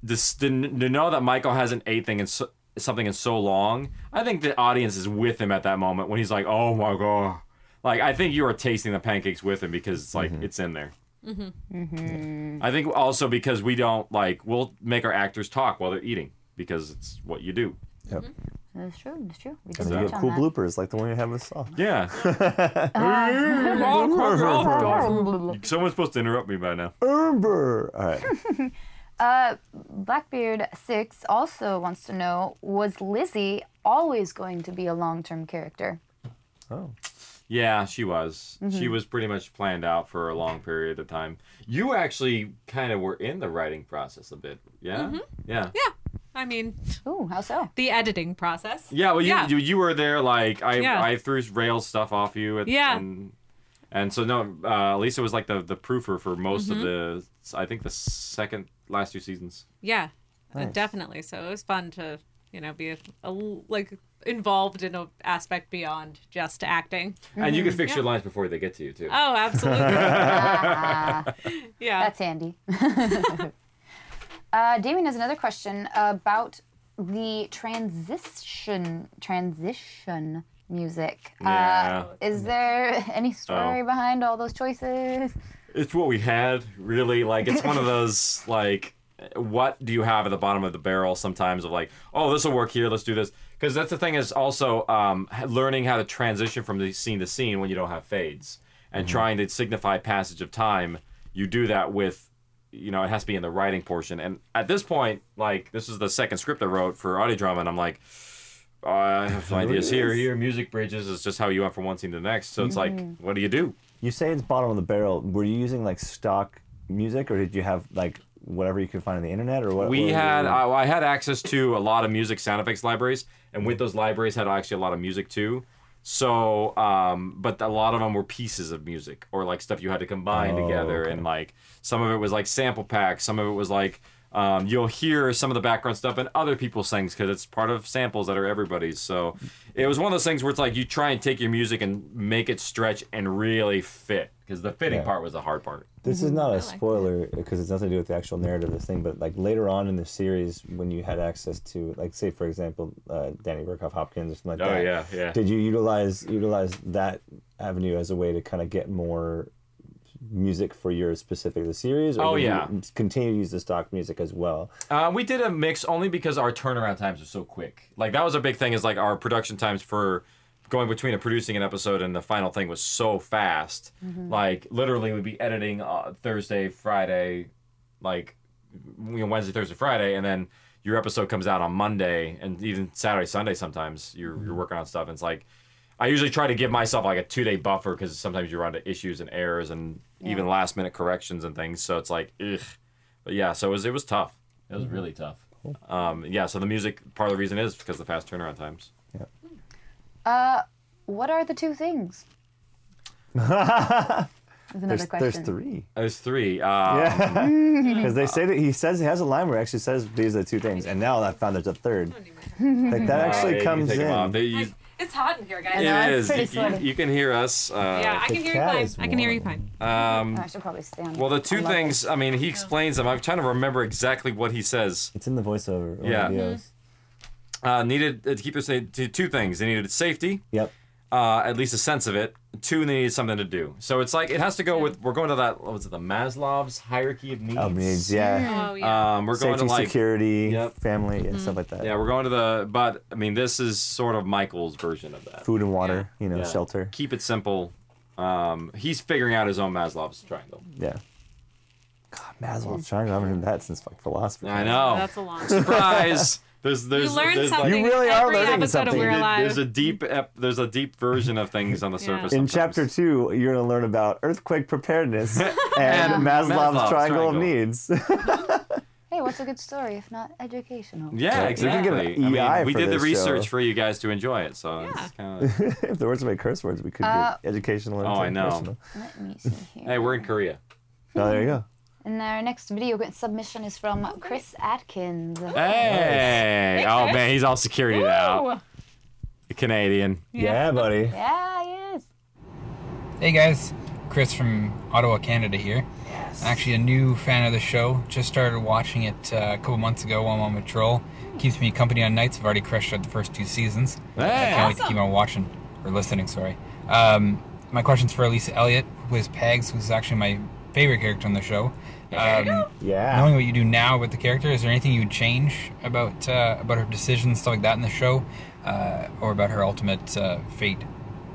this to, to know that Michael hasn't ate thing in so, something in so long. I think the audience is with him at that moment when he's like, "Oh my god!" Like I think you are tasting the pancakes with him because it's like it's in there. Mm-hmm. I think also because we don't like we'll make our actors talk while they're eating because it's what you do. Yep. That's true. That's true. We did And you touch get on cool that. bloopers like the one you have with Saul. Yeah. Someone's supposed to interrupt me by now. Erber. All right. Uh, Blackbeard Six also wants to know: Was Lizzie always going to be a long-term character? Oh. Yeah, she was. She Mhm. was pretty much planned out for a long period of time. You actually kind of were in the writing process a bit. Yeah. Mhm. Yeah. Yeah. I mean, ooh, how so? The editing process. Yeah. Well, you Yeah. You, you were there. Like I Yeah. I threw rail stuff off you. At, Yeah. And, and so no, uh, Lisa was like the the proofer for most Mhm. of the I think the second last two seasons. Yeah, uh, Nice. definitely. So it was fun to, you know, be a, a l- like involved in an aspect beyond just acting. And you can fix Yeah. your lines before they get to you too. Oh, Uh-huh. absolutely. yeah. That's handy. uh, Damien has another question about the transition transition music. Yeah. Uh, is there any story Oh. behind all those choices? It's what we had, really. Like it's one of those like what do you have at the bottom of the barrel sometimes of like, oh, this will work here, let's do this. Cuz that's the thing is also um, h- learning how to transition from the scene to scene when you don't have fades and trying to signify passage of time. You do that with you know, it has to be in the writing portion. And at this point, like this is the second script I wrote for audio drama and I'm like "Oh, I have some There it ideas here, is. here, music bridges is just how you went from one scene to the next. So it's like, Mhm. what do you do? You say it's bottom of the barrel. Were you using like stock music, or did you have like whatever you could find on the internet, or what? we what- had uh, I, I had access to a lot of music sound effects libraries and with those libraries had actually a lot of music too so um, but a lot of them were pieces of music or like stuff you had to combine Oh, together and like some of it was like sample packs some of it was like um, you'll hear some of the background stuff and other people's things because it's part of samples that are everybody's so it was one of those things where it's like you try and take your music and make it stretch and really fit because the fitting Yeah. part was the hard part This is not a spoiler because it's nothing to do with the actual narrative of this thing, but like later on in the series, when you had access to, like, say for example, uh, Danny Burkhoff Hopkins or something like Oh, that. yeah, yeah. Did you utilize utilize that avenue as a way to kind of get more music for your specific the series? Oh, did you yeah. continue to use the stock music as well. Uh, we did a mix only because our turnaround times are so quick. Like that was a big thing. Is like our production times for going between a producing an episode and the final thing was so fast. Mhm. Like literally, we'd be editing uh, Thursday, Friday, like you know, Wednesday, Thursday, Friday, and then your episode comes out on Monday, and even Saturday, Sunday. Sometimes you're you're working on stuff, and it's like. I usually try to give myself like a two day buffer because sometimes you run into issues and errors and even Yeah. last minute corrections and things. So it's like, ugh. But yeah, so it was it was tough. It was Mm-hmm. Mhm. really tough. Um, yeah, so the music part of the reason is because of the fast turnaround times. Uh, what are the two things? Is another question. There's three. There's three. Um, Yeah, because they say that he says he has a line where it actually says these are the two things, and now I found there's a third. Like that Uh, actually you comes take 'em off. in. They- you- It's hot in here, guys. it is. You, you- you can hear us. Uh, yeah, I can hear you fine. I can hear you fine. Um, Oh, I should probably stand. well, the two things. I mean, he explains them. I'm trying to remember exactly what he says. Mm-hmm. It's in the voiceover. or Yeah. videos. Uh, needed uh, to keep their sa- to two things. They needed safety. Yep. Uh, at least a sense of it. Two, they needed something to do. So it's like it has to go with. We're going to that. What was it? The Maslow's hierarchy of needs. Of needs, Oh, yeah. Uh, Oh, yeah. Um, we're going Safety, to, like- security, Yep. family, Mm-hmm. and stuff like that. Yeah, we're going to the. But I mean, this is sort of Michael's version of that. Food and water, you know, Yeah. shelter. Keep it simple. Um, he's figuring out his own Maslow's triangle. Yeah. God, Maslow's triangle. I haven't heard that since like philosophy. I know. That's a long- surprise. There's there's learn there's something You really are every learning episode something. of We're Did- Alive. There's a deep ep- there's a deep version of things on the surface. In chapter two, you're going to learn about earthquake preparedness and, And Maslow's, Maslow's triangle, of triangle. needs. Hey, what's a good story if not educational? Yeah, You can exactly. get an I EI mean, we for did the this research show. for you guys to enjoy it, so it's kind of if there were so many curse words, we could Uh, get educational. and Oh, I know. personal. Let me see here. Hey, we're in Korea. Oh, there you go. And our next video submission is from Chris Atkins. Hey! Hey, oh Chris. man, he's all security Ooh. now. The Canadian. Yeah, buddy. Yeah, he is. Hey guys, Chris from Ottawa, Canada here. Actually, a new fan of the show. Just started watching it uh, a couple months ago while I'm on patrol. Keeps me company on nights. I've already crushed out the first two seasons. I can't wait to Awesome. keep on watching or listening. Sorry. Um, my question's for Elisa Elliott, who is Pags, who's actually my favorite character on the show. Um, yeah. Knowing what you do now with the character, is there anything you would change about uh, about her decisions, stuff like that, in the show, uh, or about her ultimate uh, fate?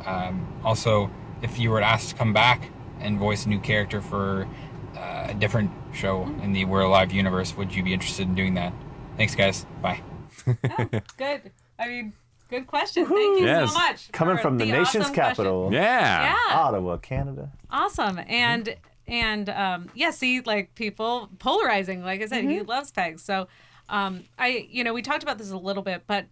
Um, also, if you were asked to come back and voice a new character for uh, a different show in the We're Alive universe, would you be interested in doing that? Thanks, guys. Bye. Good. I mean, good question. Thank you Yes. so much. Coming for from the, nation's awesome question. capital. Yeah. Yeah. Ottawa, Canada. Awesome. And and um yeah, see like people polarizing, like I said, he loves pegs. So um I you know, we talked about this a little bit, but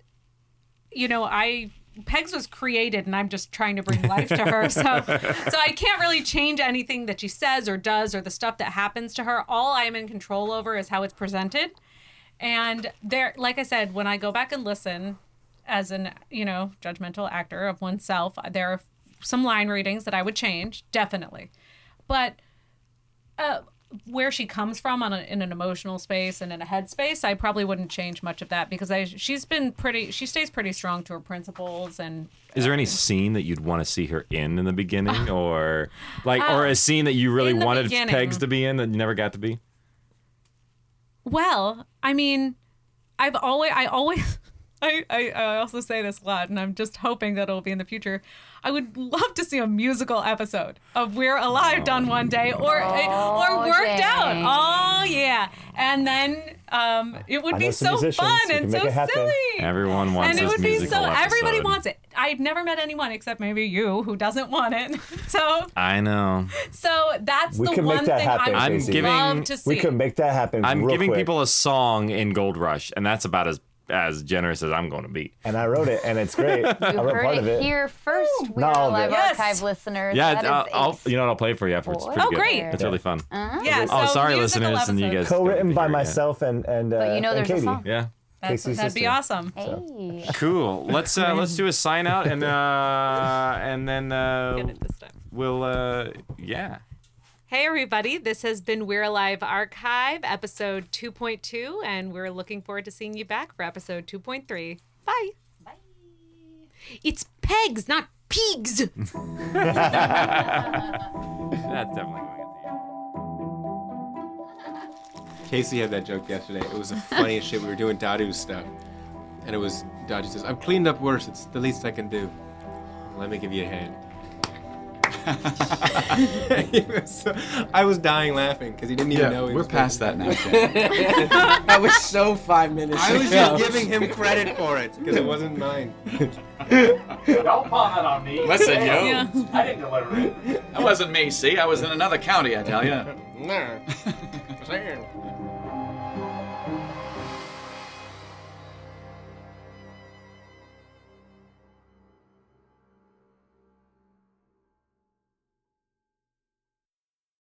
you know, I Pegs was created and I'm just trying to bring life to her. So so I can't really change anything that she says or does or the stuff that happens to her. All I'm in control over is how it's presented. And there like I said, when I go back and listen as an, you know, judgmental actor of oneself, there are some line readings that I would change, definitely. But uh, where she comes from on a, in an emotional space and in a head space, I probably wouldn't change much of that because I she's been pretty she stays pretty strong to her principles and Is there any Um, scene that you'd want to see her in in the beginning, or like, or Uh, a scene that you really in the wanted beginning. Pegs to be in that you never got to be? Well, I mean, I've always, I always, I, I, I also say this a lot, and I'm just hoping that it'll be in the future. I would love to see a musical episode of We're Alive done one day, or or worked out. dang. Oh yeah, and then um, it would I know be some so musicians fun who can and make so it happen. silly. Everyone wants and it this would be musical so. Everybody episode. wants it. I've never met anyone except maybe you who doesn't want it. So I know. so that's We the can one make that thing happen. I would Casey. love to see. We can make that happen. I'm real giving quick. people a song in Gold Rush, and that's about as as generous as I'm going to be. And I wrote it, and it's great. I You wrote heard part of it it. Oh, here first. We Not all are of live it. Yes. archive listeners. Yeah, That I'll, is I'll, you know what? I'll play it for you after. It's Oh, pretty good. great. It's really fun. Uh-huh. Yeah, oh, Uh, so sorry, musical listeners, and you guys. Co-written by myself and and uh, But you know and there's a Katie. song. Yeah. That's, Casey's that'd be sister. awesome. Cool. Let's uh, let's do a sign out and uh, and then uh, we'll uh, yeah. Hey, everybody. This has been We're Alive Archive, episode 2.2, and we're looking forward to seeing you back for episode 2.3. Bye. Bye. It's pegs, not pigs. That's definitely going Casey had that joke yesterday. It was the funniest shit. We were doing Dadu's stuff. And it was Dadu says, I've cleaned up worse. It's the least I can do. Let me give you a hand. He was so- I was dying laughing because he didn't even Yeah, know he we're was past that now, that was so five minutes I was ago. just giving him credit for it because it wasn't mine. Don't pawn that on me. Listen, yo. Yeah. I didn't deliver it. That wasn't me, see? I was in another county, I tell you. Nah.